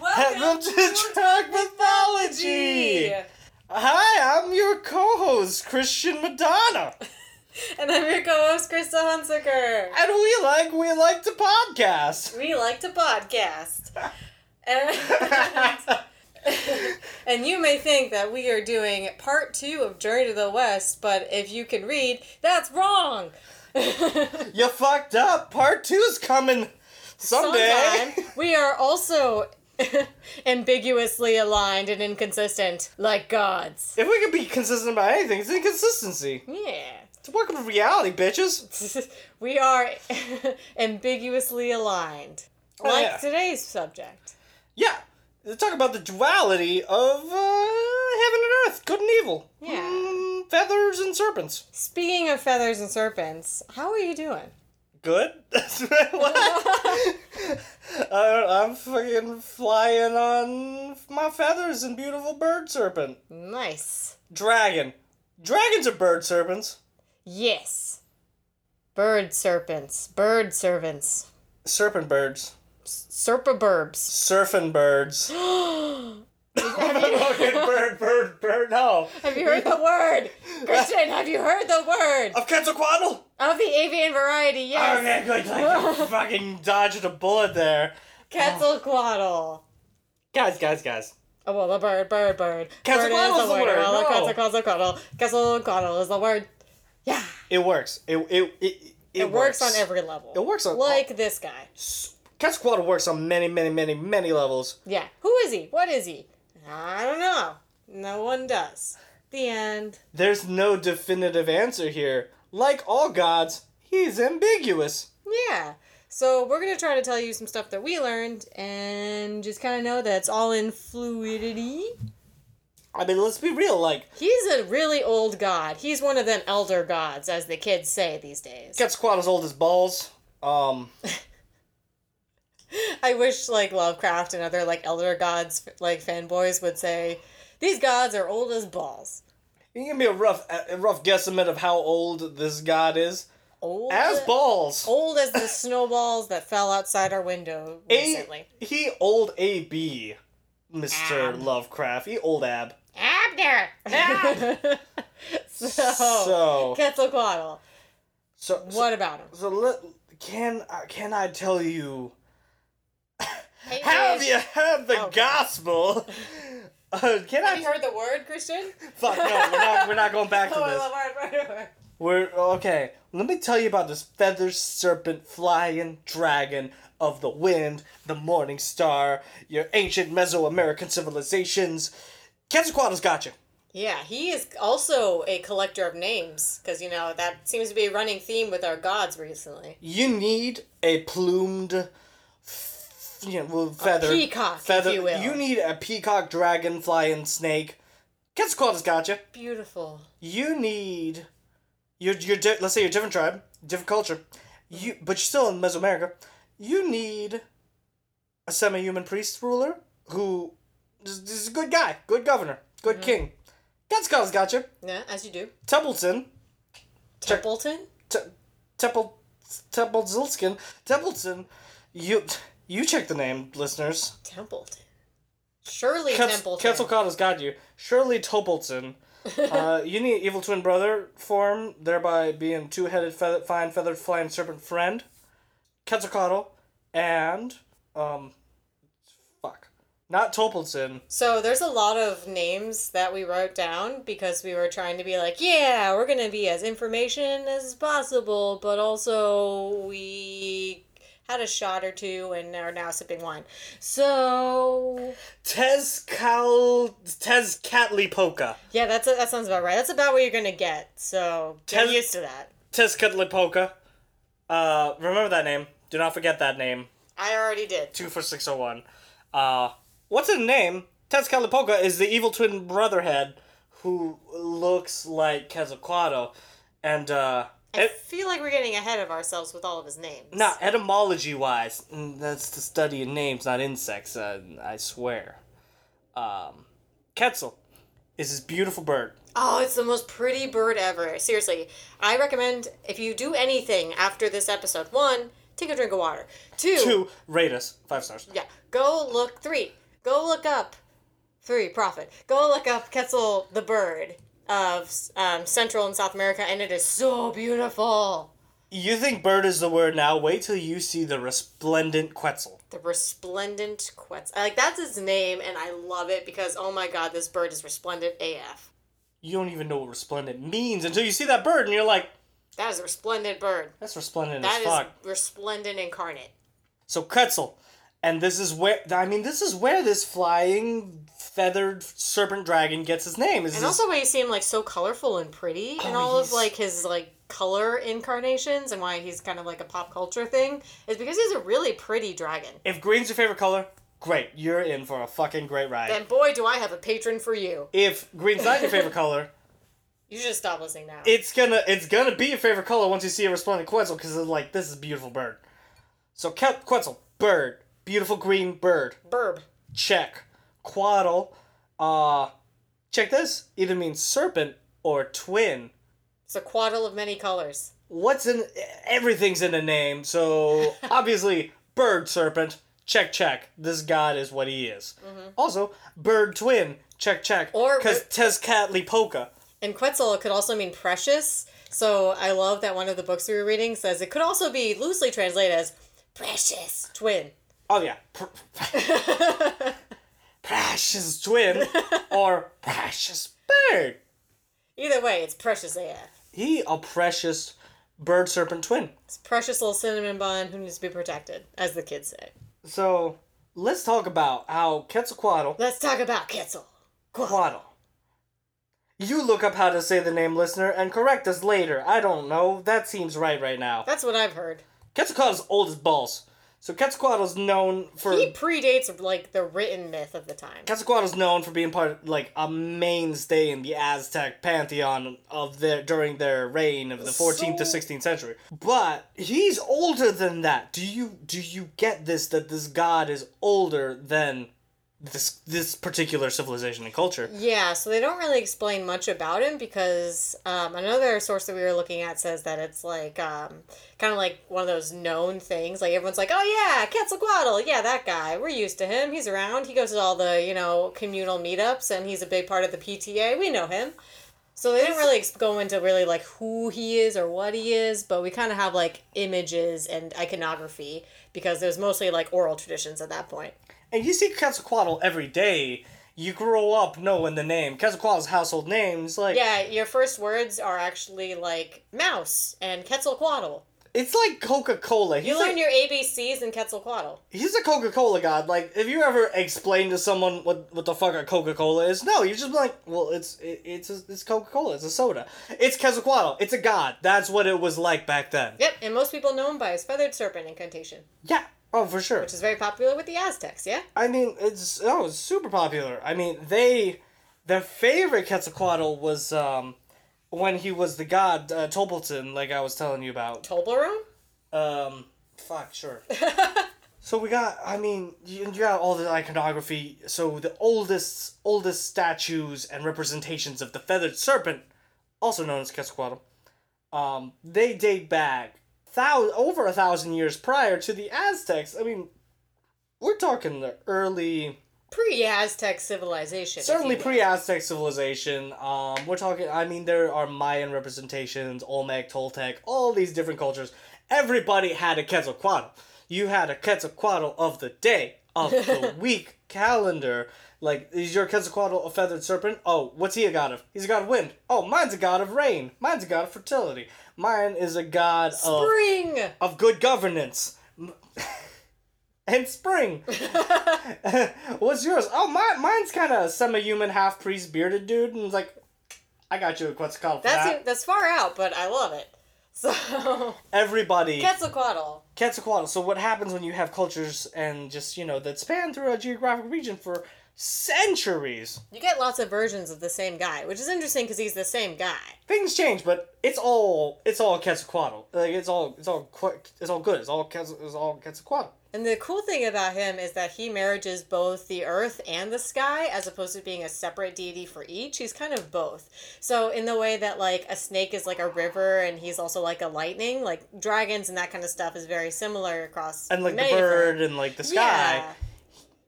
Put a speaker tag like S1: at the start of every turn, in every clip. S1: Welcome to Drag Mythology! Hi, I'm your co host, Christian Madonna.
S2: And I'm your co-host, Krista Hunsaker.
S1: And we like, we like to podcast.
S2: We like to podcast. and, and you may think that we are doing part two of Journey to the West, but if you can read, that's wrong.
S1: you fucked up. Part two's coming someday.
S2: Sometime, we are also ambiguously aligned and inconsistent, like gods.
S1: If we could be consistent about anything, it's inconsistency.
S2: Yeah.
S1: It's a work of reality, bitches.
S2: we are ambiguously aligned.
S1: Oh,
S2: Like
S1: yeah.
S2: today's subject.
S1: Yeah. Let's talk about the duality of uh, heaven and earth, good and evil.
S2: Yeah.
S1: Mm, feathers and serpents.
S2: Speaking of feathers and serpents, how are you doing?
S1: Good? what? I, I'm fucking flying on my feathers and beautiful bird serpent.
S2: Nice.
S1: Dragon. Dragons are bird serpents.
S2: Yes. Bird serpents. Bird servants.
S1: Serpent birds.
S2: Serpaburbs.
S1: Surfing birds. Fucking bird, bird, bird. No.
S2: Have you heard the word? Christian, have you heard the word?
S1: Of Quetzalcoatl?
S2: Of the avian variety, yes.
S1: Okay, good. Like, you fucking dodged a bullet there.
S2: Quetzalcoatl.
S1: Guys, guys, guys.
S2: Oh, well, the bird, bird, bird.
S1: Quetzalcoatl is
S2: bird
S1: the word,
S2: Well,
S1: no.
S2: Quetzalcoatl, Quetzalcoatl is the word. Yeah.
S1: It works. It it it,
S2: It, works. on every level.
S1: It works on
S2: Like this guy.
S1: Quetzalcoatl works on many, many, many, many levels.
S2: Yeah. Who is he? What is he? I don't know. No one does. The end.
S1: There's no definitive answer here. Like all gods, he's ambiguous.
S2: Yeah. So we're gonna try to tell you some stuff that we learned, and just kind of know that it's all in fluidity.
S1: I mean, let's be real. Like
S2: He's a really old god. He's one of them elder gods, as the kids say these days.
S1: Quetzalcoatl's old as balls. Um,
S2: I wish like Lovecraft and other like elder gods like fanboys would say these gods are old as balls.
S1: you can be a rough, a rough guesstimate of how old this god is.
S2: Old
S1: As balls.
S2: Uh, Old as the snowballs that fell outside our window
S1: A,
S2: recently.
S1: he old AB, Mr.
S2: Ab.
S1: Lovecraft. He old Ab.
S2: Abner. so,
S1: So-
S2: Quetzalcoatl.
S1: So
S2: What about him?
S1: So let, can I- can I tell you?
S2: Hey,
S1: Have
S2: Ish.
S1: you heard the
S2: Oh, God.
S1: gospel? Uh, can I?
S2: Have you heard the word, Christian?
S1: Fuck no, we're not, we're not going back to
S2: Oh, I
S1: this.
S2: love word, word, word.
S1: We're okay. Let me tell you about this feather serpent flying dragon of the wind, the morning star, your ancient Mesoamerican civilizations. Quetzalcoatl's got you.
S2: Yeah, he is also a collector of names because you know that seems to be a running theme with our gods recently.
S1: You need a plumed, f- you know, well, feather
S2: peacock, if
S1: feather.
S2: you will.
S1: need a peacock, dragon, flying snake. Quetzalcoatl's got you.
S2: Beautiful.
S1: you need your your di- let's say you're a different tribe, different culture, you but you're still in Mesoamerica. You need a semi-human priest ruler who is, is a good guy, good governor, good king. That's God's gotcha.
S2: Yeah, as you do.
S1: Templeton,
S2: Templeton.
S1: te, Temple, Templezilskin, Templeton. You you check the name, listeners.
S2: Templeton. Surely
S1: Quetz-
S2: Templeton.
S1: Quetzalcoatl's got you. Shirley Topleton. uh, you need evil twin brother form, thereby being two headed, feather- fine feathered, flying serpent friend. Quetzalcoatl and. um, Fuck. Not Topleton.
S2: so there's a lot of names that we wrote down because we were trying to be like, yeah, we're gonna be as information as possible, but also we had a shot or two and are now sipping wine. So
S1: Tezcal. Tezcatlipoca.
S2: yeah, that's that sounds about right. That's about what you're gonna get. So get
S1: Tell-
S2: used to that.
S1: Tezcatlipoca. Uh, remember that name. Do not forget that name.
S2: I already did.
S1: Two for 601. Uh, what's his name? Tezcatlipoca is the evil twin brotherhead who looks like Quetzalcoatl. And, uh.
S2: I
S1: it-
S2: feel like we're getting ahead of ourselves with all of his names.
S1: No, etymology wise, mm, that's the study of names, not insects, uh, I swear. Um, Quetzal is this beautiful bird.
S2: Oh, it's the most pretty bird ever. Seriously, I recommend if you do anything after this episode, one, take a drink of water. Two,
S1: Two, rate us, five stars.
S2: yeah, go look. Three, Go look up free profit. Go look up Quetzal the bird of um, Central and South America, and it is so beautiful.
S1: You think bird is the word now? Wait till you see the resplendent Quetzal.
S2: The resplendent Quetzal. Like that's its name, and I love it because oh my god, this bird is resplendent AF.
S1: You don't even know what resplendent means until you see that bird, and you're like,
S2: That is a resplendent bird.
S1: "That's resplendent
S2: That
S1: as
S2: is
S1: fuck."
S2: resplendent incarnate.
S1: So Quetzal, and this is where I mean, this is where this flying feathered serpent dragon gets his name. Is
S2: And
S1: this-
S2: also, why you see him like so colorful and pretty, and
S1: Oh,
S2: all of
S1: he's-
S2: like his like color incarnations, and why he's kind of like a pop culture thing is because he's a really pretty dragon.
S1: if green's your favorite color, great, you're in for a fucking great ride.
S2: And boy, do I have a patron for you!
S1: if green's not your favorite color,
S2: You should stop listening now.
S1: it's gonna it's gonna be your favorite color once you see a resplendent Quetzal because it's like this is a beautiful bird. So Ke- Quetzal, bird, beautiful green bird.
S2: Burb.
S1: check quaddle uh check this either means serpent or twin
S2: It's a quaddle of many colors.
S1: what's in everything's in a name so obviously bird serpent check check this god is what he is also bird twin check check
S2: Or-
S1: because tezcatlipoca
S2: And Quetzal could also mean precious. So I love that one of the books we were reading says it could also be loosely translated as precious twin.
S1: oh yeah pr- precious twin or precious bird
S2: Either way, it's precious AF.
S1: he a precious bird serpent twin
S2: It's precious little cinnamon bun who needs to be protected, as the kids say.
S1: so let's talk about how quetzalcoatl
S2: Let's talk about Quetzal.
S1: Quaddle. You look up how to say the name, listener, and correct us later. I don't know. That seems right right now.
S2: That's what I've heard.
S1: Quetzalcoatl's old as balls. So Quetzalcoatl's known for
S2: He predates like the written myth of the time.
S1: Quetzalcoatl's known for being part of, like a mainstay in the Aztec pantheon of their during their reign of the 14th to
S2: So-
S1: 16th century. But he's older than that. Do you do you get this that this god is older than this this particular civilization and culture?
S2: Yeah, so they don't really explain much about him because um, another source that we were looking at says that it's like um, kind of like one of those known things. Like everyone's like, "Oh yeah, Quetzalcoatl, yeah that guy. We're used to him. He's around. He goes to all the you know communal meetups, and he's a big part of the PTA. We know him." So they didn't really ex- go into really like who he is or what he is, but we kind of have like images and iconography because there's mostly like oral traditions at that point.
S1: And you see Quetzalcoatl every day. You grow up knowing the name. Quetzalcoatl's household name is like
S2: Yeah, your first words are actually like mouse and Quetzalcoatl.
S1: it's like Coca Cola. He's
S2: You learn
S1: like,
S2: your ABCs in Quetzalcoatl.
S1: he's a Coca Cola god. Like if you ever explain to someone what what the fuck a Coca Cola is, no, you're just like, well, it's it, it's a, it's Coca Cola. It's a soda. It's Quetzalcoatl. It's a god. That's what it was like back then.
S2: Yep, and most people know him by his feathered serpent incantation,
S1: Yeah. Oh, for sure.
S2: which is very popular with the Aztecs, yeah?
S1: I mean, it's oh, it's super popular. I mean, they their favorite Quetzalcoatl was um when he was the god uh, Tolbolton, like I was telling you about.
S2: Tolbarone?
S1: Um, fuck, sure. so we got, I mean, you, you got all the iconography. So the oldest, oldest statues and representations of the feathered serpent, also known as Quetzalcoatl, um, they date back thou- over a thousand years prior to the Aztecs. I mean, we're talking the early,
S2: Pre Aztec civilization. if
S1: certainly
S2: you will.
S1: pre Aztec civilization. Um, we're talking, I mean, there are Mayan representations, Olmec, Toltec, all these different cultures. Everybody had a Quetzalcoatl. You had a Quetzalcoatl of the day, of the week, calendar. Like, is your Quetzalcoatl a feathered serpent? Oh, what's he a god of? He's a god of wind. Oh, mine's a god of rain. Mine's a god of fertility. Mine is a god of
S2: Spring!
S1: of good governance M- and spring. What's yours? Oh, my, mine's kind of semi-human, half-priest, bearded dude, and it's like, I got you a Quetzalcoatl for
S2: That's,
S1: that.
S2: e- that's far out, but I love it. So,
S1: Everybody
S2: Quetzalcoatl.
S1: Quetzalcoatl. So what happens when you have cultures and just you know that span through a geographic region for centuries?
S2: You get lots of versions of the same guy, which is interesting because he's the same guy.
S1: Things change, but it's all it's all Quetzalcoatl. Like it's all it's all que- it's all good. It's all Quetz- it's all Quetzalcoatl.
S2: And the cool thing about him is that he marriages both the earth and the sky as opposed to being a separate deity for each. He's kind of both. So, in the way that, like, a snake is like a river and he's also like a lightning, like, dragons and that kind of stuff is very similar across.
S1: And like
S2: many
S1: the
S2: different-
S1: bird and like the sky.
S2: Yeah.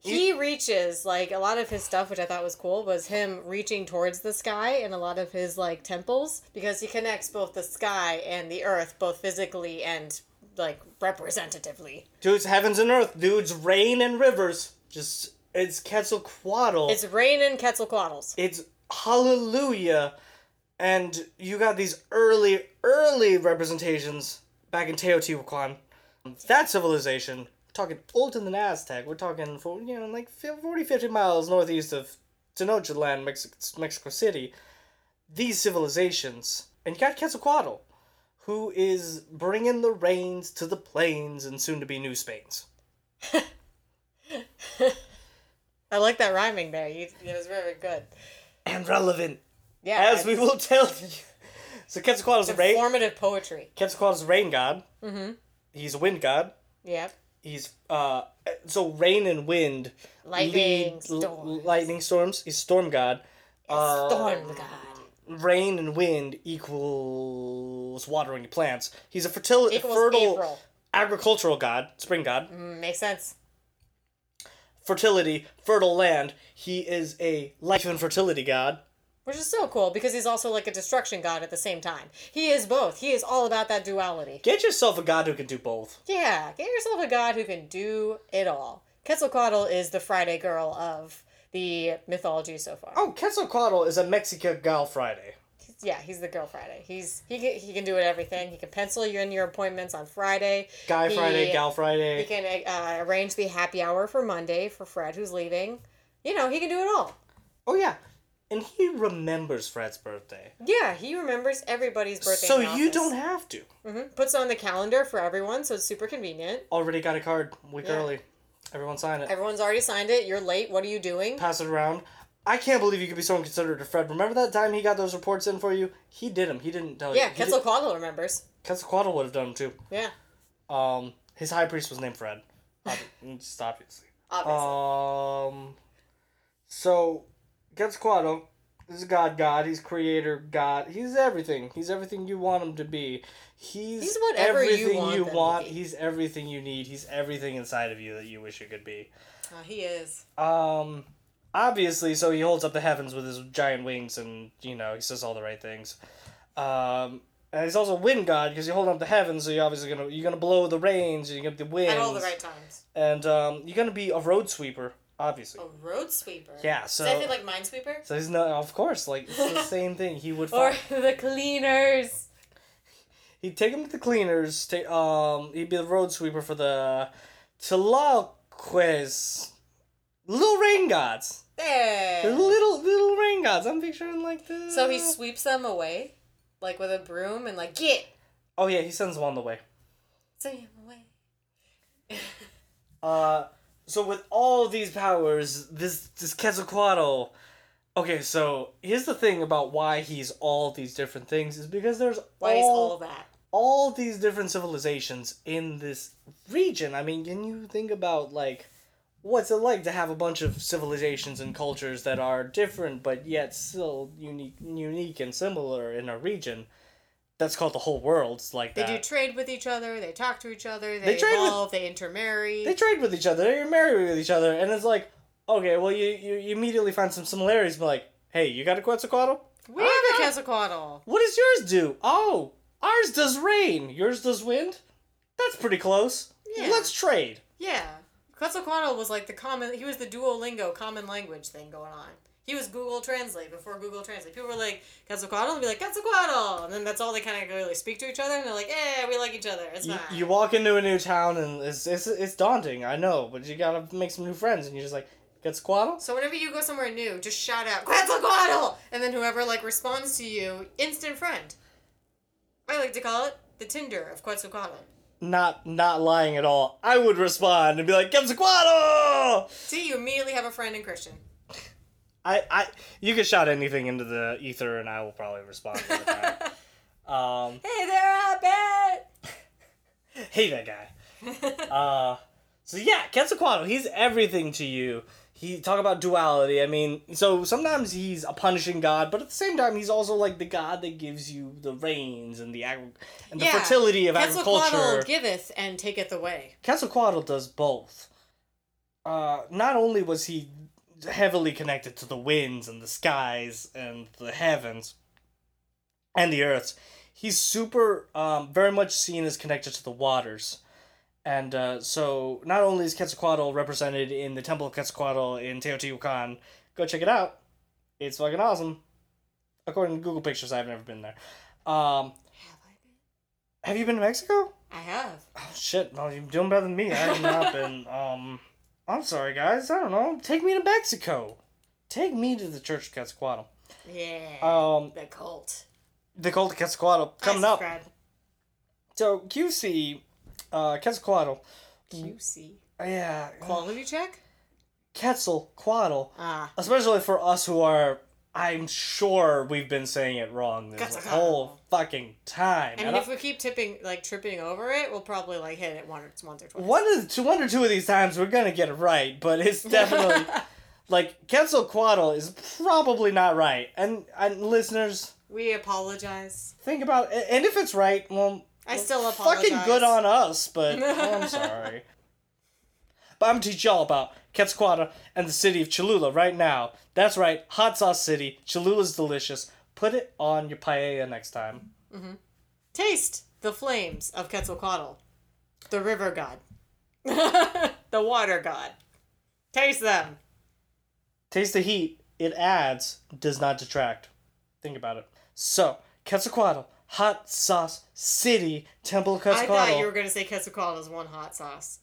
S2: he reaches like a lot of his stuff which i thought was cool was him reaching towards the sky and a lot of his like temples because he connects both the sky and the earth both physically and like representatively
S1: Dudes, heavens and earth, dudes, rain and rivers. Just it's Quetzalcoatl. It's,
S2: it's rain and quetzalcoatl's
S1: it's hallelujah. And you got these early, early representations back in Teotihuacan. That civilization, we're talking older than Aztec, we're talking for you know like fif- 40, 50 miles northeast of Tenochtitlan, Mex- Mexico City. These civilizations, and you got Quetzalcoatl, who is bringing the rains to the plains and soon to be New Spain's.
S2: i like that rhyming there you, it was very good
S1: and relevant,
S2: yeah
S1: as we
S2: it's
S1: will tell you. So Quetzalcoatl's a rain.
S2: formative poetry
S1: Quetzalcoatl's a rain god. Mm-hmm. He's a wind god.
S2: yep
S1: He's uh so rain and wind
S2: lightning
S1: lead- l- um,
S2: storm
S1: lightning storms. He's storm god.
S2: storm god
S1: Rain and wind equals watering plants. He's a fertil-
S2: Equals
S1: fertile
S2: April.
S1: agricultural god, spring god.
S2: Mm, makes sense
S1: Fertility, fertile land. He is a life and fertility god.
S2: which is so cool because he's also like a destruction god at the same time. He is both. He is all about that duality.
S1: Get yourself a god who can do both.
S2: Yeah, get yourself a god who can do it all. Quetzalcoatl is the Friday girl of the mythology so far.
S1: Oh, Quetzalcoatl is a Mexican Gal Friday.
S2: Yeah, he's the girl Friday. He's he can, he can do it everything. He can pencil you in your appointments on Friday.
S1: Guy
S2: He-
S1: Friday, Gal
S2: He
S1: Friday.
S2: can uh, arrange the happy hour for Monday for Fred who's leaving. You know, he can do it all.
S1: Oh yeah, and he remembers Fred's birthday,
S2: Yeah, he remembers everybody's birthday.
S1: so
S2: in the
S1: you
S2: office.
S1: don't have to.
S2: Mhm. puts it on the calendar for everyone, so it's super convenient.
S1: Already got a card week
S2: Yeah.
S1: early. Everyone sign it.
S2: Everyone's already signed it. You're late. What are you doing?
S1: Pass it around. I can't believe you could be so inconsiderate to Fred. Remember that time he got those reports in for you? He did them. He didn't tell
S2: Yeah,
S1: you. He did-
S2: Quetzalcoatl remembers.
S1: Quetzalcoatl would have done 'em too.
S2: Yeah,
S1: Um, his high priest was named Fred. Ob- Just obviously.
S2: obviously.
S1: Um, so Quetzalcoatl is God, God. He's Creator, God. He's everything. He's everything you want him to be. He's,
S2: He's whatever you
S1: everything
S2: want
S1: you
S2: them to
S1: want.
S2: be.
S1: He's everything you need. He's everything inside of you that you wish you could be.
S2: Uh, he is.
S1: Um, obviously, so he holds up the heavens with his giant wings, and you know he says all the right things. Um. And he's also wind god because you hold up the heavens, so you're obviously gonna you're gonna blow the rains, you're gonna get the winds,
S2: At all the right times.
S1: and um, you're gonna be a road sweeper, obviously.
S2: A road sweeper.
S1: Yeah, so
S2: Does that feel like Minesweeper?
S1: so he's not of course like it's the same thing. He would
S2: Or
S1: fi-
S2: the cleaners.
S1: he'd take him to the cleaners. Take um he'd be the road sweeper for the Tlaquez little rain gods. The
S2: There.
S1: little little rain gods. I'm picturing like the
S2: So he sweeps them away, like with a broom, and like get,
S1: oh yeah he sends them on the way.
S2: send him away.
S1: Uh, so with all these powers, this this Quetzalcoatl. Okay, so here's the thing about why he's all these different things is because there's
S2: Why is all that?
S1: all these different civilizations in this region. I mean, can you think about like what's it like to have a bunch of civilizations and cultures that are different but yet still unique unique and similar in a region that's called the whole world It's like
S2: They
S1: that.
S2: do trade with each other. They talk to each other. They,
S1: They trade with-
S2: evolve. They intermarry.
S1: they trade with each other, they're married with each other, and it's like, okay, well you, you, you immediately find some similarities, but like, hey, you got a Quetzalcoatl?
S2: we have a Quetzalcoatl.
S1: What does yours do? Oh, ours does rain, yours does wind? That's pretty close.
S2: Yeah.
S1: Let's trade.
S2: Yeah. Quetzalcoatl was like the common, he was the Duolingo common language thing going on. He was Google Translate before Google Translate. People were like, Quetzalcoatl, and be like, Quetzalcoatl! And then that's all they kind of really speak to each other, and they're like, eh, we like each other. It's
S1: You,
S2: fine.
S1: you walk into a new town and it's, it's it's daunting, I know, but you gotta make some new friends, and you're just like, Quetzalcoatl?
S2: so whenever you go somewhere new, just shout out, Quetzalcoatl! And then whoever like responds to you, instant friend. I like to call it the Tinder of Quetzalcoatl.
S1: Not not lying at all. I would respond and be like, Quetzalcoatl!
S2: See, you immediately have a friend in Christian.
S1: I, I you could shout anything into the ether and I will probably respond with that. um
S2: Hey there, I
S1: hate that guy.
S2: bet!
S1: Uh, so yeah, Quetzalcoatl, he's everything to you. He talk about duality. I mean, so sometimes he's a punishing god, but at the same time, he's also like the god that gives you the rains and the agri- and the
S2: Yeah,
S1: fertility of
S2: Quetzalcoatl
S1: agriculture.
S2: giveth and taketh away.
S1: Quetzalcoatl does both. uh, not only was he heavily connected to the winds and the skies and the heavens and the earths, he's super, um, very much seen as connected to the waters. And uh, so, not only is Quetzalcoatl represented in the Temple of Quetzalcoatl in Teotihuacan, go check it out. It's fucking awesome. According to Google Pictures, I've never been there. Um,
S2: Have I been?
S1: have you been to Mexico?
S2: I have.
S1: Oh, shit. Well, you're doing better than me. I have not been. Um, I'm sorry, guys. I don't know. Take me to Mexico. Take me to the Church of Quetzalcoatl.
S2: Yeah.
S1: Um,
S2: the cult.
S1: the cult of Quetzalcoatl coming
S2: I
S1: up.
S2: subscribe.
S1: So, QC, uh, Quetzalcoatl. Oh,
S2: QC.
S1: Yeah.
S2: Quality check?
S1: Quetzalcoatl.
S2: Ah.
S1: Especially for us who are. I'm sure we've been saying it wrong this
S2: Quetzalcoatl.
S1: whole fucking time.
S2: I
S1: And
S2: mean,
S1: I-
S2: if we keep tipping, like tripping over it, we'll probably like hit it once, once or twice.
S1: one of the, two, one or two of these times we're gonna get it right, but it's definitely like Quetzalcoatl is probably not right. And and listeners,
S2: we apologize.
S1: think about a- and if it's right, well,
S2: I still apologize.
S1: fucking good on us. But oh, I'm sorry. But I'm gonna teach y'all about Quetzalcoatl and the city of Cholula right now. That's right, hot sauce city. Cholula's delicious. Put it on your paella next time.
S2: Taste the flames of Quetzalcoatl, the river god, the water god. Taste them.
S1: Taste the heat. It adds, does not detract. Think about it. So, Quetzalcoatl, hot sauce city, temple of
S2: I thought you were
S1: Quetzalcoatl.
S2: gonna say Quetzalcoatl is one hot sauce,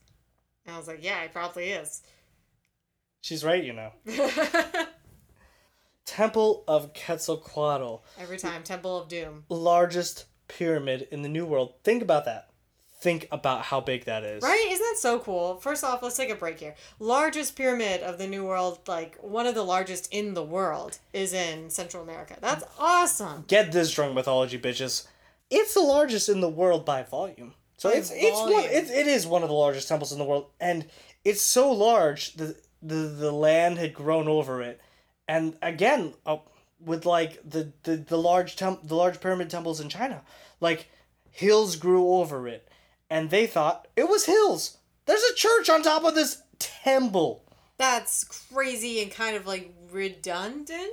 S2: and I was like, yeah, it probably is.
S1: She's right, you know. temple of Quetzalcoatl,
S2: Every time, Temple of Doom.
S1: largest pyramid in the New World. Think about that. Think about how big that is.
S2: Right? Isn't that so cool? First off, let's take a break here. Largest pyramid of the New World, like one of the largest in the world, is in Central America. That's awesome.
S1: Get this drunk mythology, bitches. It's the largest in the world by volume. So
S2: By
S1: it's it's one
S2: volume.
S1: it's, it is one of the largest temples in the world, and it's so large the the the land had grown over it, and again uh, with like the the the large temp the large pyramid temples in China, like hills grew over it, and they thought it was hills. There's a church on top of this temple.
S2: That's crazy and kind of like redundant.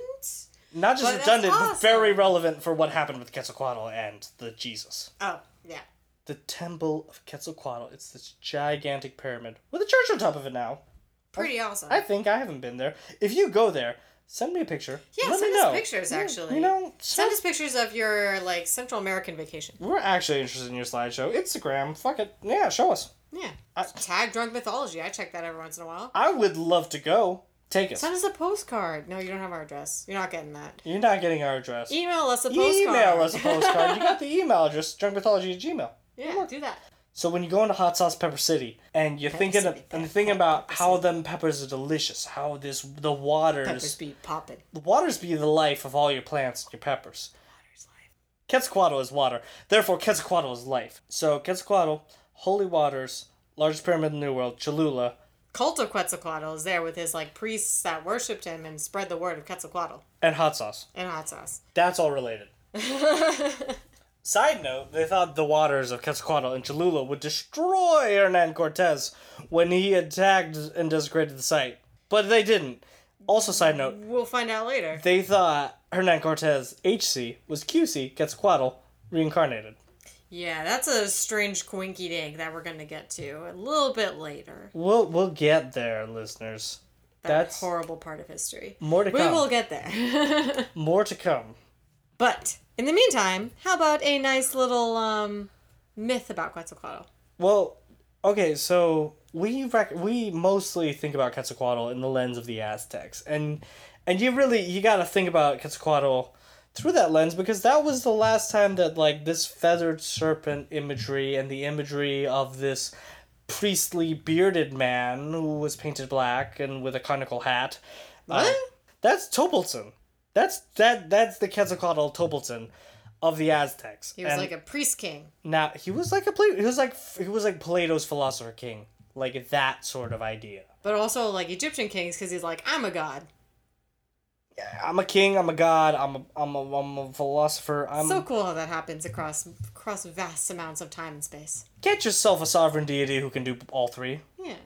S1: Not just
S2: But that's
S1: redundant, but
S2: awesome.
S1: very relevant for what happened with Quetzalcoatl and the Jesus.
S2: Oh, yeah.
S1: the Temple of Quetzalcoatl. It's this gigantic pyramid with a church on top of it now.
S2: Pretty awesome.
S1: I think I haven't been there. If you go there, send me a picture.
S2: Yeah,
S1: Let
S2: send
S1: me
S2: us
S1: know.
S2: pictures,
S1: Yeah,
S2: actually.
S1: You know,
S2: Send
S1: send
S2: us pictures of your like Central American vacation.
S1: We're actually interested in your slideshow. Instagram, fuck it. Yeah, show us.
S2: Yeah.
S1: I-
S2: Tag Drunk Mythology. I check that every once in a while.
S1: I would love to go. Take us.
S2: Send us a postcard. No, you don't have our address. You're not getting that.
S1: You're not getting our address.
S2: Email us a E-, postcard.
S1: Email us a postcard. you got the email address, drunkmythology at gmail.
S2: yeah, do that.
S1: So when you go into Hot Sauce Pepper City and you're thinking
S2: City,
S1: and you're thinking about how them peppers are delicious, how this the water
S2: Peppers
S1: is
S2: be popping.
S1: The waters be the life of all your plants and your peppers. Quetzalcoatl is water, therefore Quetzalcoatl is life. So Quetzalcoatl, holy waters, largest pyramid in the New World, Cholula.
S2: cult of Quetzalcoatl is there with his like priests that worshipped him and spread the word of Quetzalcoatl
S1: And hot sauce.
S2: and hot sauce.
S1: That's all related. Side note, they thought the waters of Quetzalcoatl and Cholula would destroy Hernan Cortez when he attacked and desecrated the site. But they didn't. Also, side note,
S2: We'll find out later.
S1: they thought Hernan Cortez, HC, was QC, Quetzalcoatl, reincarnated.
S2: Yeah, that's a strange quinky dink that we're gonna get to a little bit later.
S1: We'll we'll get there, listeners.
S2: That
S1: That's
S2: horrible part of history.
S1: more to
S2: We
S1: come.
S2: will get there.
S1: More to come.
S2: but in the meantime, how about a nice little um myth about Quetzalcoatl?
S1: Well, okay, so we rec- we mostly think about Quetzalcoatl in the lens of the Aztecs, and and you really you got to think about Quetzalcoatl through that lens because that was the last time that like this feathered serpent imagery and the imagery of this priestly bearded man who was painted black and with a conical hat. uh,
S2: What?
S1: that's Topolson. That's that that's the Quetzalcoatl Topolson of the Aztecs.
S2: He was
S1: And-
S2: like a priest king.
S1: now he was like a Pla- he was like he was like Plato's philosopher king, like that sort of idea.
S2: But also like Egyptian kings, because he's like, I'm a god.
S1: I'm a king. I'm a god. I'm a I'm a, I'm a philosopher. I'm
S2: so cool how that happens across across vast amounts of time and space.
S1: get yourself a sovereign deity who can do all three.
S2: Yeah.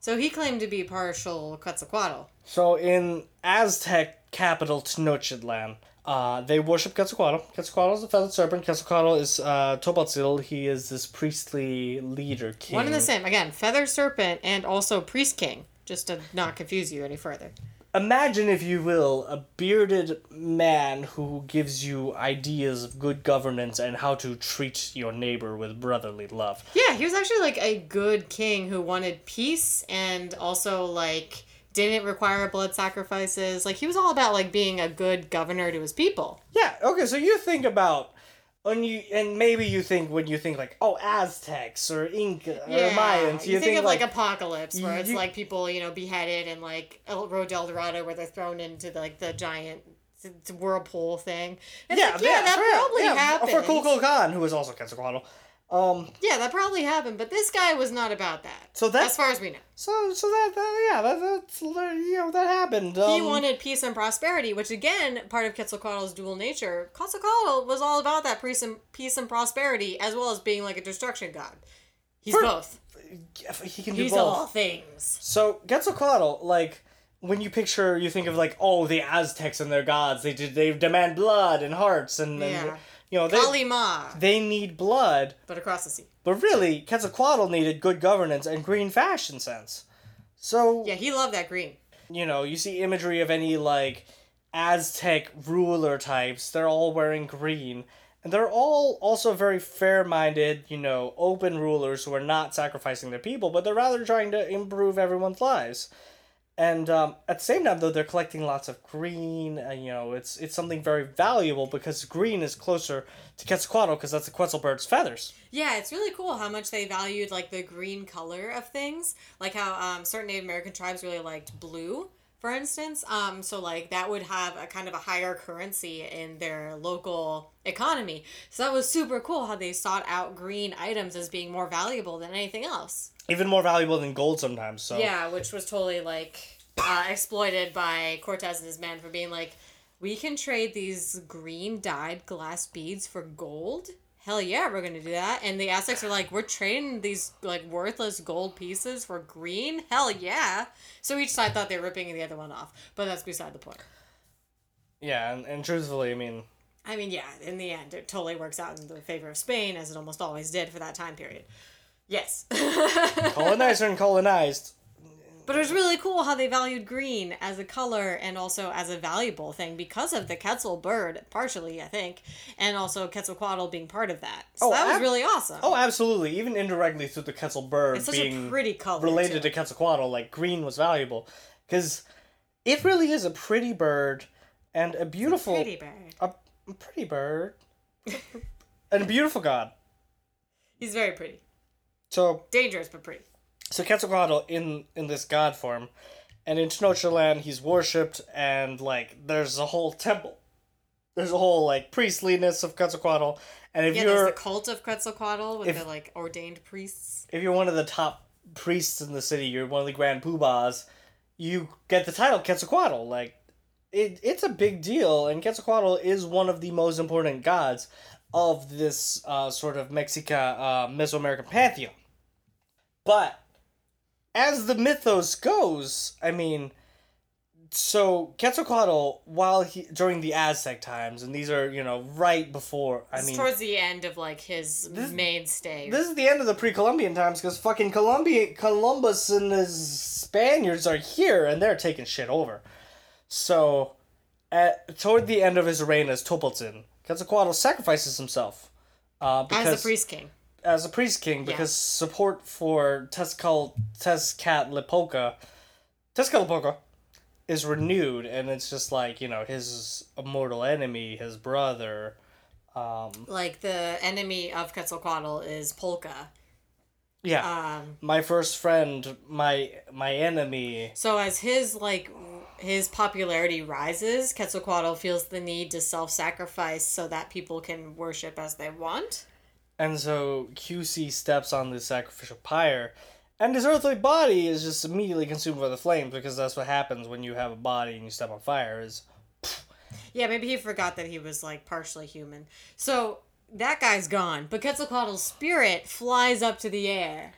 S2: So he claimed to be partial Quetzalcoatl.
S1: So in Aztec capital Tenochtitlan, uh, they worship Quetzalcoatl. Quetzalcoatl is a feathered serpent. Quetzalcoatl is uh, Tobaltzil. He is this priestly leader king.
S2: One and the same. Again, Feather Serpent and also Priest King, just to not confuse you any further.
S1: Imagine, if you will, a bearded man who gives you ideas of good governance and how to treat your neighbor with brotherly love.
S2: Yeah, he was actually like a good king who wanted peace and also like didn't require blood sacrifices. Like he was all about like being a good governor to his people.
S1: Yeah. Okay. So you think about, and you and maybe you think when you think like, oh, Aztecs or Inca or Mayans,
S2: you, think, of like,
S1: like
S2: apocalypse where it's
S1: you-
S2: like people you know beheaded and like El- Road to El Dorado where they're thrown into the, like the giant th- th- whirlpool thing. It's like, yeah, that
S1: for real,
S2: probably
S1: yeah,
S2: happened.
S1: For Kukulkan, Khan, who is also Quetzalcoatl. Um,
S2: Yeah, that probably happened, but this guy was not about that.
S1: So that-
S2: as far as we know,
S1: so so that, that yeah that, that's you know that happened. Um,
S2: he wanted peace and prosperity, which again, part of Quetzalcoatl's dual nature. Quetzalcoatl was all about that peace and peace and prosperity, as well as being like a destruction god. He's
S1: For-
S2: both.
S1: he can do
S2: He's
S1: both.
S2: all things.
S1: So Quetzalcoatl, like when you picture, you think of like oh the Aztecs and their gods. They did they demand blood and hearts and, and
S2: Yeah.
S1: you know they
S2: Kali Ma,
S1: they need blood.
S2: but across the sea.
S1: But really, Quetzalcoatl needed good governance and green fashion sense. So,
S2: Yeah, he loved that green.
S1: you know, you see imagery of any, like, Aztec ruler types, they're all wearing green. And they're all also very fair minded, you know, open rulers who are not sacrificing their people, but they're rather trying to improve everyone's lives. And um, at the same time, though, they're collecting lots of green, and you know, it's it's something very valuable because green is closer to Quetzalcoatl because that's the Quetzalbird's feathers.
S2: Yeah, it's really cool how much they valued like the green color of things, like how um, certain Native American tribes really liked blue, for instance. Um, so like that would have a kind of a higher currency in their local economy. So that was super cool how they sought out green items as being more valuable than anything else.
S1: Even more valuable than gold sometimes, so.
S2: Yeah, which was totally like uh, exploited by Cortez and his men for being like, we can trade these green dyed glass beads for gold. Hell yeah, we're gonna do that. And the Aztecs are like, we're trading these like worthless gold pieces for green. Hell yeah. So each side thought they were ripping the other one off, but that's beside the point.
S1: Yeah, and, and truthfully, I mean,
S2: I mean, yeah, in the end, it totally works out in the favor of Spain, as it almost always did for that time period. Yes.
S1: colonizer and colonized.
S2: But it was really cool how they valued green as a color and also as a valuable thing because of the Quetzal bird, partially, I think, and also Quetzalcoatl being part of that. So
S1: Oh,
S2: that was
S1: ab-
S2: really awesome.
S1: Oh, absolutely. Even indirectly through the Quetzal bird
S2: it's such a
S1: being
S2: pretty color.
S1: related
S2: too.
S1: to Quetzalcoatl, like green was valuable. Because it really is a pretty bird and a beautiful.
S2: pretty bird.
S1: A, a pretty bird. and a beautiful god.
S2: He's very pretty.
S1: So,
S2: Dangerous, but pretty.
S1: so Quetzalcoatl in, in this god form. And in Tenochtitlan, he's worshipped, and like, there's a whole temple. There's a whole like priestliness of Quetzalcoatl, and if
S2: Yeah,
S1: you're
S2: there's the cult of Quetzalcoatl with
S1: If-
S2: the like ordained priests.
S1: if you're one of the top priests in the city, you're one of the grand poobahs, you get the title Quetzalcoatl. Like, it, it's a big deal, and Quetzalcoatl is one of the most important gods of this uh, sort of Mexica uh, Mesoamerican pantheon. But as the mythos goes, I mean, so Quetzalcoatl, while he during the Aztec times, and these are you know right before, I
S2: It's
S1: mean,
S2: towards the end of like his mainstay.
S1: this is the end of the pre-Columbian times because fucking Columbia, Columbus and the Spaniards are here and they're taking shit over. So, at, toward the end of his reign as Topoltzin, Quetzalcoatl sacrifices himself uh, because
S2: as the priest king.
S1: as a priest king because support for Tezcal Tezcatlipoca Tezcatlipoca is renewed and it's just like you know his immortal enemy, his brother.
S2: Like the enemy of Quetzalcoatl is Polka.
S1: Yeah.
S2: Um
S1: my first friend, my my enemy.
S2: So as his like his popularity rises, Quetzalcoatl feels the need to self-sacrifice so that people can worship as they want.
S1: And so QC steps on the sacrificial pyre, and his earthly body is just immediately consumed by the flames because that's what happens when you have a body and you step on fire. Is
S2: Yeah, maybe he forgot that he was like partially human. So that guy's gone, but Quetzalcoatl's spirit flies up to the air.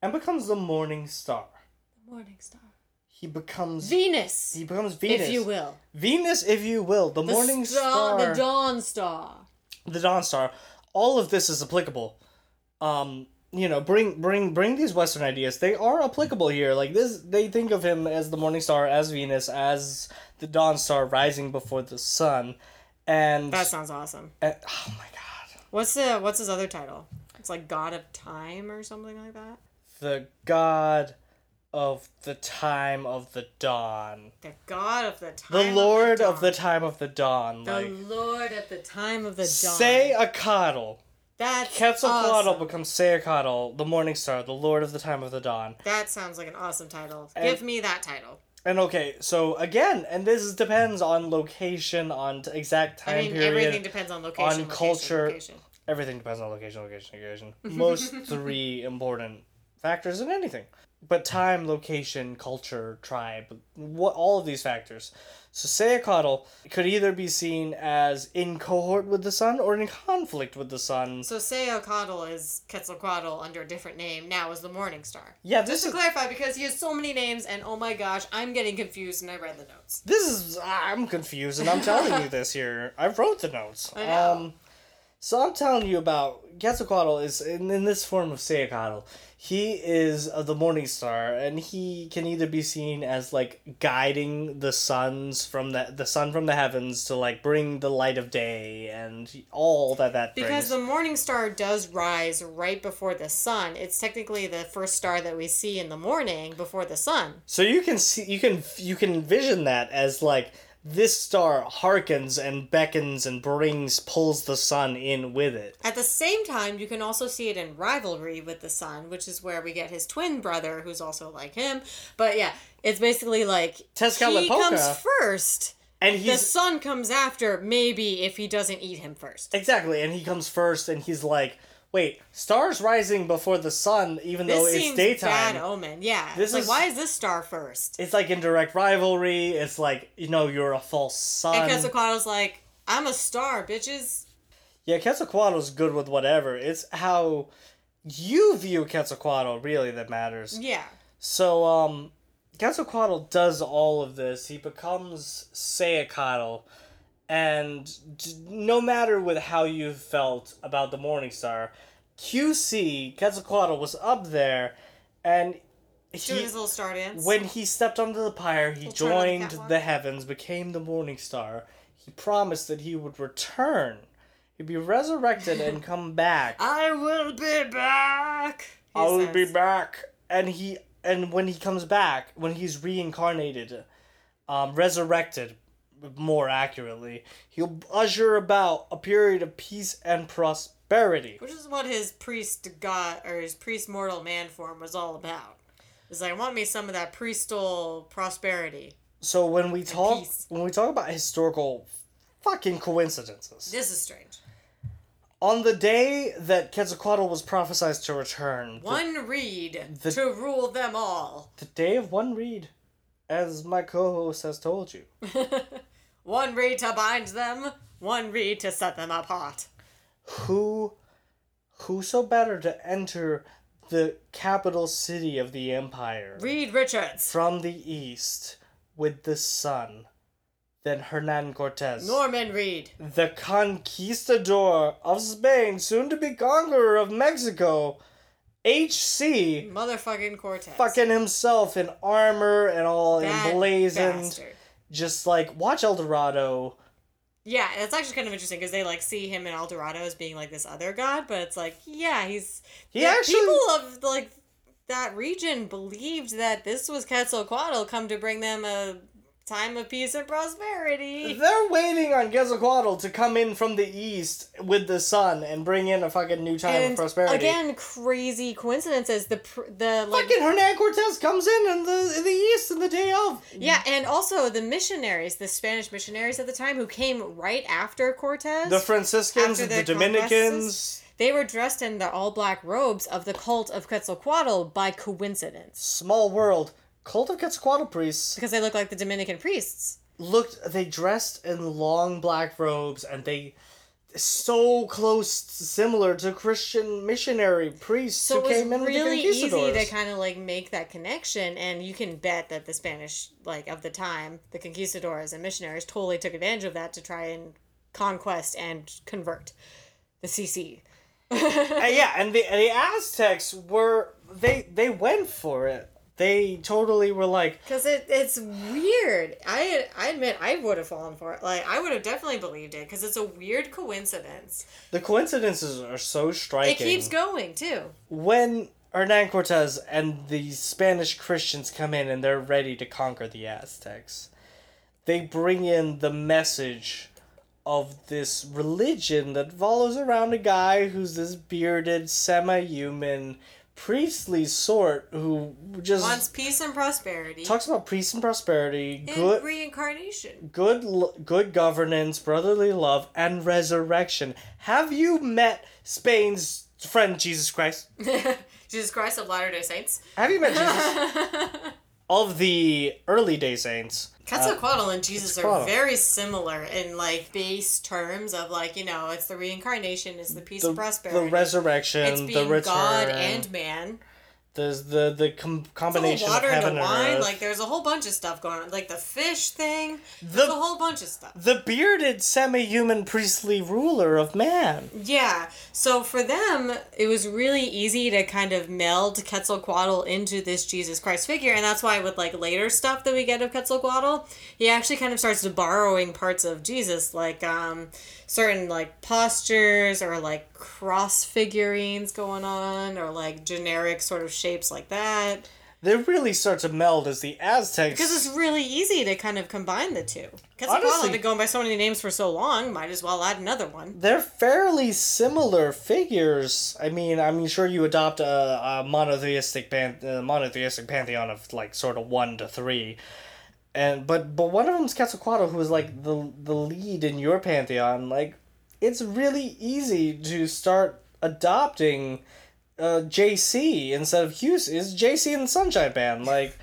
S1: and becomes the morning star.
S2: Morning star.
S1: He becomes
S2: Venus,
S1: he becomes Venus.
S2: if you will.
S1: Venus, if you will, the,
S2: The
S1: morning
S2: star,
S1: star,
S2: The dawn star.
S1: the dawn star. All of this is applicable. Um, you know, bring bring bring these Western ideas. They are applicable here. Like this, they think of him as the morning star, as Venus, as the dawn star rising before the sun, and,
S2: That sounds awesome.
S1: and- oh my god,
S2: What's the what's his other title? It's like God of Time or something like that.
S1: the god of the time of the dawn,
S2: The God of the Time.
S1: the
S2: of
S1: lord of the
S2: dawn.
S1: time of the dawn.
S2: The
S1: like
S2: Lord at the time of the dawn.
S1: say a coddle.
S2: that's
S1: Quetzalcoatl
S2: awesome.
S1: becomes Seacotl, the Morning Star, the Lord of the Time of the Dawn.
S2: That sounds like an awesome title. Give me that title.
S1: And okay, so again, and this is, depends on location, on t- exact time
S2: I mean,
S1: period.
S2: everything depends on location.
S1: on
S2: location,
S1: culture.
S2: location.
S1: Everything depends on location, location, location. Most three important factors in anything. But time, location, culture, tribe, what all of these factors. So Seacotl could either be seen as in cohort with the sun or in conflict with the sun.
S2: So Seocoddle is Quetzalcoatl under a different name. Now is the Morning Star.
S1: Yeah, this
S2: To
S1: is
S2: clarify, because he has so many names, and oh my gosh, I'm getting confused, and I read the notes.
S1: This is I'm confused, and I'm telling you this here. I wrote the notes.
S2: I know.
S1: Um, so I'm telling you about Quetzalcoatl is in, in this form of Seacotl. He is uh, the morning star, and he can either be seen as like guiding the suns from the the sun from the heavens to like bring the light of day and all that that
S2: Because
S1: brings.
S2: the Morning Star does rise right before the sun. It's technically the first star that we see in the morning before the sun.
S1: so you can see you can you can envision that as like this star hearkens and beckons and brings pulls the sun in with it.
S2: At the same time, you can also see it in rivalry with the sun, which is where we get his twin brother, who's also like him. But yeah, it's basically like he
S1: Tezcatlipoca.
S2: comes first.
S1: And he's
S2: The sun comes after, maybe if he doesn't eat him first.
S1: Exactly, and he comes first, and he's like, "Wait, stars rising before the sun, even
S2: This
S1: though it's
S2: seems
S1: daytime."
S2: bad omen. Yeah,
S1: This
S2: it's like
S1: is-
S2: why is this star first?
S1: It's like indirect rivalry. It's like you know you're a false
S2: And
S1: sun.
S2: Quetzalcoatl's like, I'm a star, bitches.
S1: yeah, Quetzalcoatl's good with whatever. It's how you view Quetzalcoatl really that matters.
S2: Yeah,
S1: So um, Quetzalcoatl does all of this. He becomes Seacotl, and d- no matter with how you felt about the Morning Star, QC Quetzalcoatl was up there, and
S2: doing
S1: he,
S2: his little star dance.
S1: when he stepped onto the pyre, he
S2: turn on the
S1: joined
S2: catwalk.
S1: the heavens, became the Morning Star. He promised that he would return. He'd be resurrected and come back.
S2: I will be back. he
S1: I will be
S2: says.
S1: back. And he and when he comes back, when he's reincarnated, um, resurrected, more accurately, he'll usher about a period of peace and prosperity.
S2: Which is what his priest god or his priest mortal man form was all about. It's like, I want me some of that priestal prosperity.
S1: So when we talk
S2: peace.
S1: when we talk about historical fucking coincidences,
S2: This is strange.
S1: on the day that Quetzalcoatl was prophesied to return, the-
S2: One reed to rule them all.
S1: the day of one reed, as my co-host has told you.
S2: One reed to bind them, one reed to set them apart.
S1: who who so better to enter the capital city of the empire
S2: Reed Richards,
S1: from the east with the sun than Hernan Cortez,
S2: Norman Reed.
S1: the conquistador of Spain, soon to be conqueror of Mexico, HC
S2: Motherfucking Cortez.
S1: fucking himself in armor and all
S2: That
S1: emblazoned,
S2: bastard.
S1: just like watch El Dorado.
S2: Yeah, it's actually kind of interesting because they like see him in El Dorado as being like this other god, but it's like, yeah, he's
S1: He
S2: the
S1: actually-
S2: people of like that region believed that this was Quetzalcoatl come to bring them a time of peace and prosperity.
S1: They're waiting on Quetzalcoatl to come in from the east with the sun and bring in a fucking new time of
S2: And
S1: prosperity.
S2: again, crazy coincidences. The pr- the like
S1: fucking Hernan Cortez comes in in the in the east in the day of.
S2: Yeah, and also the missionaries, the Spanish missionaries at the time who came right after Cortez,
S1: The Franciscans,
S2: After
S1: the,
S2: the
S1: Dominicans,
S2: they were dressed in the all black robes of the cult of Quetzalcoatl by coincidence
S1: small world, cult of Quetzalcoatl priests
S2: because they look like the Dominican priests.
S1: looked. They dressed in long black robes and they so close, similar to Christian missionary priests
S2: So it
S1: who
S2: was
S1: came in
S2: really
S1: with the
S2: easy
S1: conquistadors.
S2: to kind of like make that connection, and you can bet that the Spanish, like of the time, the conquistadors and missionaries totally took advantage of that to try and conquest and convert the CC.
S1: Uh, yeah, and the the Aztecs were they they went for it. They totally were like,
S2: Cause it it's weird. I I admit I would have fallen for it. Like I would have definitely believed it. Cause it's a weird coincidence.
S1: The coincidences are so
S2: It
S1: striking.
S2: keeps going too.
S1: when Hernan Cortez and the Spanish Christians come in and they're ready to conquer the Aztecs, they bring in the message of this religion that follows around a guy who's this bearded, semi human, priestly sort who just
S2: Wants peace and prosperity.
S1: talks about peace and prosperity,
S2: and
S1: good
S2: reincarnation.
S1: good l- good governance, brotherly love, and resurrection. Have you met Spain's friend Jesus Christ?
S2: Jesus Christ of Latter Day Saints.
S1: Have you met Jesus? of the early day saints.
S2: Quetzalcoatl and Jesus are
S1: Uh, Quetzalcoatl.
S2: very similar in like base terms of like you know it's the reincarnation, it's the peace
S1: The,
S2: and prosperity,
S1: the resurrection,
S2: it's
S1: the
S2: being
S1: return,
S2: God and man.
S1: there's the the com-
S2: It's
S1: combination
S2: all
S1: of
S2: water
S1: heaven
S2: into
S1: and
S2: wine.
S1: earth.
S2: Like there's a whole bunch of stuff going on. Like the fish thing.
S1: the
S2: There's a whole bunch of stuff.
S1: the bearded semi-human priestly ruler of man.
S2: Yeah. So for them, it was really easy to kind of meld Quetzalcoatl into this Jesus Christ figure, and that's why with like later stuff that we get of Quetzalcoatl, he actually kind of starts borrowing parts of Jesus, like um, certain like postures or like cross figurines going on, or like generic sort of shapes like that.
S1: They really start to meld as the Aztecs.
S2: Because it's really easy to kind of combine the two. Quetzalcoatl
S1: Honestly-
S2: had been going by so many names for so long, might as well add another one.
S1: they're fairly similar figures. I mean, I'm sure you adopt a, a monotheistic pan, a monotheistic pantheon of like sort of one to three, and but but one of them's Quetzalcoatl, who is like the the lead in your pantheon. Like, it's really easy to start adopting, uh, JC instead of Hughes is JC and the Sunshine Band. Like,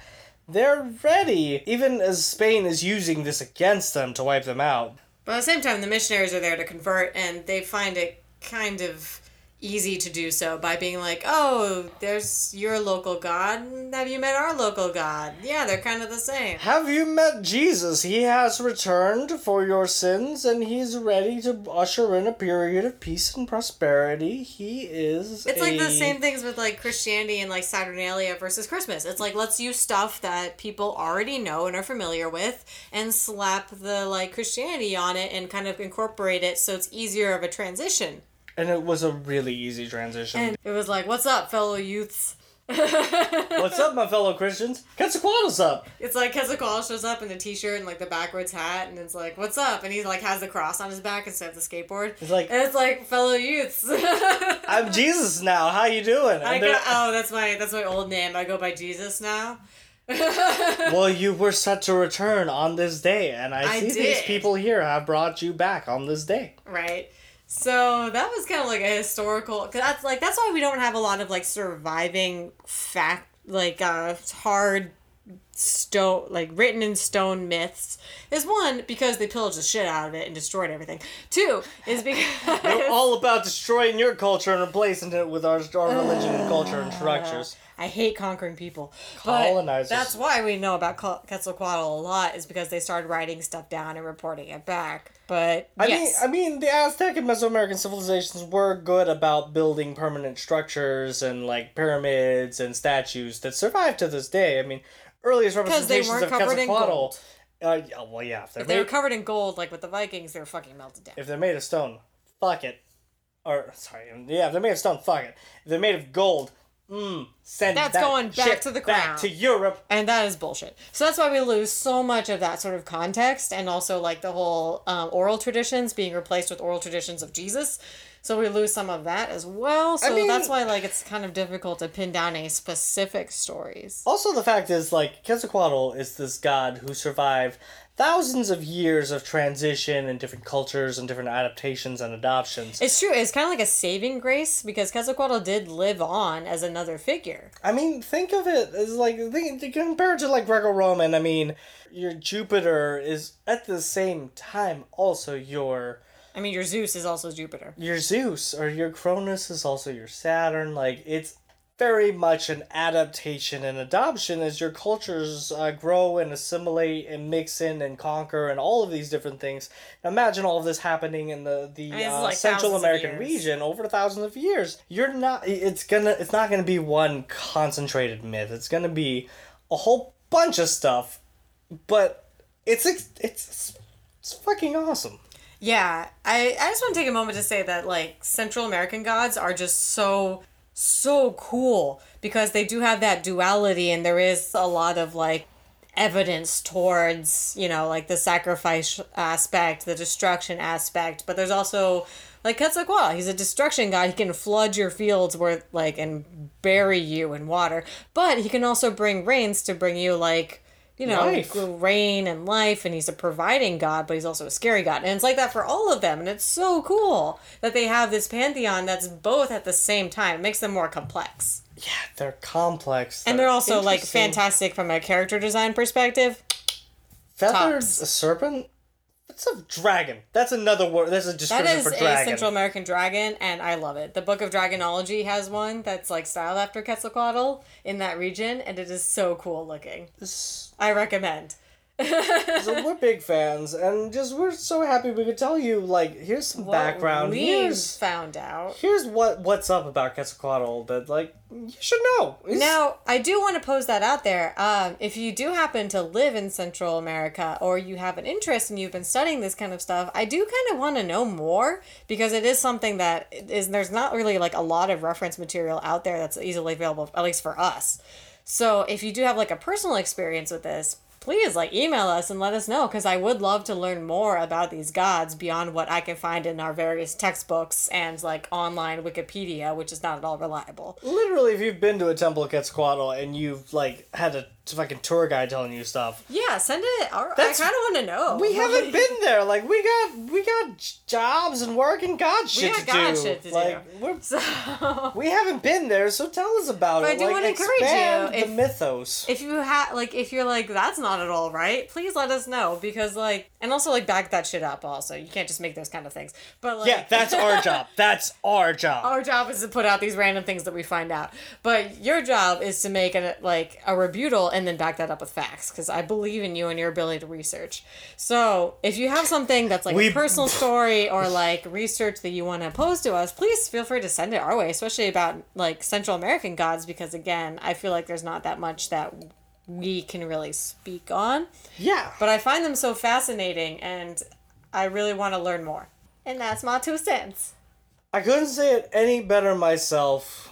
S1: they're ready. Even as Spain is using this against them to wipe them out,
S2: But at the same time, the missionaries are there to convert, and they find it kind of easy to do so by being like, oh, there's your local god. Have you met our local god? Yeah, they're kind of the same.
S1: Have you met Jesus? He has returned for your sins and he's ready to usher in a period of peace and prosperity. He is
S2: It's
S1: a,
S2: like the same things with like Christianity and like Saturnalia versus Christmas. It's like let's use stuff that people already know and are familiar with and slap the like Christianity on it and kind of incorporate it so it's easier of a transition.
S1: And it was a really easy transition.
S2: And it was like, What's up, fellow youths?
S1: What's up, my fellow Christians? Quetzalcoatl's up.
S2: It's like Quetzalcoatl shows up in the t-shirt and like the backwards hat, and it's like, "What's up?" And he like has the cross on his back instead of the skateboard.
S1: It's like-
S2: and it's like fellow youths. I
S1: I'm Jesus now. How you doing? And
S2: go,
S1: they're-
S2: oh, that's my that's my old name. I go by Jesus now.
S1: well, you were set to return on this day, and I,
S2: I
S1: see these
S2: did.
S1: people here have brought you back on this day.
S2: Right. So that was kind of like a historical. Cause that's like that's why we don't have a lot of like surviving fact, like uh, hard stone, like written in stone myths. Is one because they pillaged the shit out of it and destroyed everything. Two is because
S1: They're all about destroying your culture and replacing it with our, our religion and culture and structures.
S2: I hate conquering people. But
S1: Colonizers.
S2: That's why we know about Col- Quetzalcoatl a lot is because they started writing stuff down and reporting it back. But
S1: I
S2: yes,
S1: mean, I mean, the Aztec and Mesoamerican civilizations were good about building permanent structures and like pyramids and statues that survive to this day. I mean, earliest
S2: because they
S1: representations
S2: weren't
S1: of
S2: covered in
S1: Quetzalcoatl.
S2: gold.
S1: Uh, yeah, well, yeah, if they're,
S2: They were
S1: made,
S2: covered in gold, like with the Vikings. They were fucking melted down.
S1: if they're made of stone, fuck it. Or sorry, yeah, if they're made of stone, fuck it. If they're made of gold, mm, send
S2: That's
S1: that
S2: going back
S1: shit
S2: to the
S1: back
S2: crown.
S1: to Europe.
S2: and that is bullshit. So that's why we lose so much of that sort of context, and also like the whole um, oral traditions being replaced with oral traditions of Jesus. So we lose some of that as well. So
S1: mean-
S2: that's why like it's kind of difficult to pin down any specific stories.
S1: Also, the fact is, like, Quetzalcoatl is this god who survived thousands of years of transition and different cultures and different adaptations and adoptions.
S2: It's true. It's kind of like a saving grace because Quetzalcoatl did live on as another figure.
S1: I mean, think of it as like think, compared to like Greco-Roman. I mean, your Jupiter is at the same time also your
S2: I mean, your Zeus is also Jupiter.
S1: Your Zeus or your Cronus is also your Saturn. Like it's very much an adaptation and adoption as your cultures uh, grow and assimilate and mix in and conquer and all of these different things. Now imagine all of this happening in the the
S2: I mean, this is
S1: uh,
S2: like
S1: Central
S2: thousands of
S1: American
S2: years.
S1: region over thousands of years. You're not. It's gonna. It's not gonna be one concentrated myth. It's gonna be a whole bunch of stuff, but it's it's it's, it's fucking awesome.
S2: Yeah, I, I just want to take a moment to say that like Central American gods are just so so cool because they do have that duality and there is a lot of like evidence towards you know like the sacrifice aspect the destruction aspect but there's also like Quetzalcoatl he's a destruction god he can flood your fields where like and bury you in water but he can also bring rains to bring you like you know
S1: Life.
S2: rain and life and he's a providing god but he's also a scary god and it's like that for all of them and it's so cool that they have this pantheon that's both at the same time it makes them more complex
S1: Yeah, they're complex.
S2: and they're also like
S1: interesting.
S2: fantastic from a character design perspective
S1: Feathered
S2: Tops.
S1: a serpent? That's a dragon. That's another word. That's a
S2: that
S1: description
S2: is
S1: for
S2: a
S1: dragon.
S2: central american dragon and i love it the book of dragonology has one that's like styled after quetzalcoatl in that region and it is so cool looking
S1: S-
S2: i recommend
S1: so we're big fans, and just we're so happy we could tell you. Like, here's some
S2: What
S1: background.
S2: we
S1: Here's
S2: found out
S1: here's what what's up about Quetzalcoatl that like you should know. It's-
S2: Now, I do want to pose that out there. Um, if you do happen to live in Central America or you have an interest and you've been studying this kind of stuff, I do kind of want to know more because it is something that is there's not really like a lot of reference material out there that's easily available, at least for us. So if you do have like a personal experience with this, please like email us and let us know because I would love to learn more about these gods beyond what I can find in our various textbooks and like online Wikipedia, which is not at all reliable.
S1: literally, if you've been to a temple of Quetzalcoatl and you've like had a fucking tour guide telling you stuff,
S2: Yeah, send it. Our, I
S1: That's-
S2: kind of want to know.
S1: we haven't
S2: Like,
S1: been there. Like, we got we got j- jobs and work and god shit
S2: got
S1: to
S2: God
S1: do.
S2: shit to do.
S1: like, we're
S2: So,
S1: We haven't been there, so tell us about
S2: But I
S1: it.
S2: do
S1: like,
S2: wanna encourage you,
S1: expand
S2: if-
S1: the mythos.
S2: if you have like, if you're like, that's not at all right. Please let us know because like, and also like, back that shit up. Also, you can't just make those kind of things. But like,
S1: yeah, that's our job. That's our job.
S2: our job is to put out these random things that we find out. But your job is to make a like a rebuttal and then back that up with facts because I believe in you and your ability to research. So if you have something that's like
S1: We-
S2: a personal story or like research that you want to pose to us, please feel free to send it our way, especially about like Central American gods because again, I feel like there's not that much that we can really speak on.
S1: yeah.
S2: But I find them so fascinating and I really want to learn more. And that's my two cents.
S1: I couldn't say it any better myself.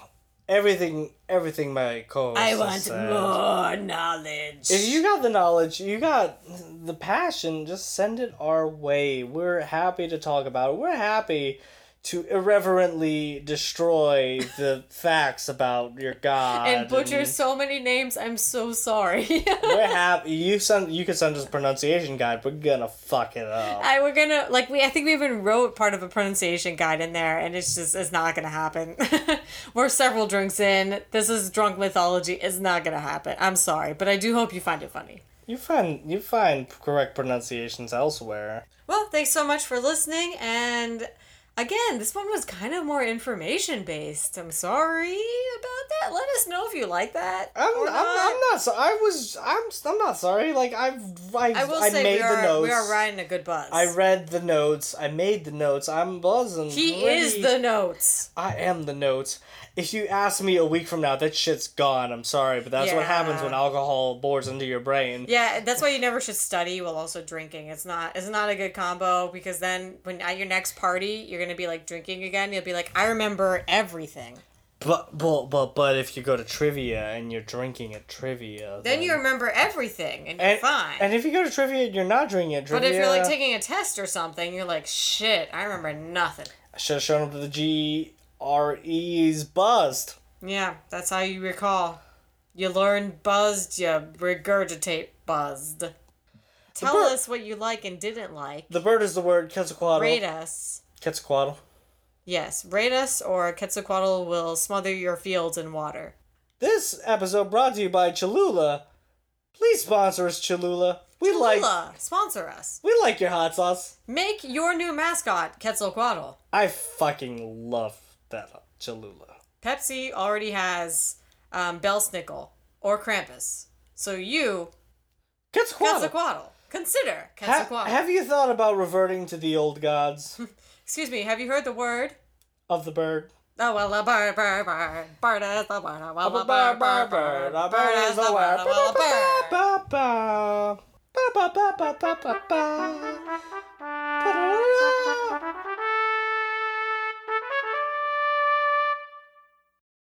S1: Everything, everything my co
S2: I want more knowledge.
S1: If you got the knowledge, you got the passion, just send it our way. We're happy to talk about it. We're happy to irreverently destroy the facts about your god.
S2: and butcher so many names, I'm so sorry.
S1: We're happy. You send. You can send us a pronunciation guide. We're gonna fuck it up.
S2: I we're gonna like we I think we even wrote part of a pronunciation guide in there, and it's just it's not gonna happen. we're several drinks in. This is drunk mythology. It's not gonna happen. I'm sorry, but I do hope you find it funny.
S1: You find you find correct pronunciations elsewhere.
S2: Well, thanks so much for listening, and again, this one was kind of more information based. I'm sorry about that. Let us know if you like that.
S1: I'm
S2: or
S1: I'm, I'm not. So, I was I'm I'm not sorry. Like I've I
S2: I
S1: I,
S2: will say
S1: made
S2: we are
S1: the notes.
S2: we are riding a good buzz.
S1: I read the notes. I made the notes. I'm buzzing.
S2: He
S1: ready.
S2: is the notes.
S1: I am the notes. If you ask me a week from now, that shit's gone. I'm sorry, but that's what
S2: Yeah.
S1: happens when alcohol bores into your brain.
S2: Yeah, that's why you never should study while also drinking. It's not it's not a good combo because then when at your next party you're gonna be like drinking again. You'll be like, I remember everything.
S1: But but but but if you go to trivia and you're drinking at trivia,
S2: Then you remember everything and you're
S1: and,
S2: fine.
S1: And if you go to trivia and you're not drinking at
S2: but
S1: trivia,
S2: if you're like taking a test or something, you're like, shit, I remember nothing.
S1: I should have shown up to the G R E's buzzed.
S2: Yeah, that's how you recall. You learn buzzed, you regurgitate buzzed. Tell
S1: bur-
S2: us what you like and didn't like.
S1: The bird is the word Quetzalcoatl.
S2: Rate us.
S1: Quetzalcoatl.
S2: Yes, rate us or Quetzalcoatl will smother your fields in water.
S1: This episode brought to you by Cholula. Please sponsor us, Cholula. We like
S2: Lula, sponsor us.
S1: we like your hot sauce.
S2: Make your new mascot Quetzalcoatl.
S1: I fucking love that Cholula.
S2: Pepsi already has um, Belsnickel or Krampus. So you,
S1: Quetzalcoatl.
S2: Quetzalcoatl, consider
S1: Ha-
S2: Quetzalcoatl.
S1: have you thought about reverting to the old gods
S2: Excuse me, have you heard the word?
S1: of the bird?
S2: Oh, well, a bird, bird, bird. Bird is the word. Oh, well,
S1: Of
S2: a
S1: the
S2: bird, bird, bird.
S1: a
S2: Bird is the word.
S1: word.
S2: Oh, well, a bird.
S1: Ba-ba-ba-ba. Ba-ba-ba-ba-ba-ba. Ba-da-da-da.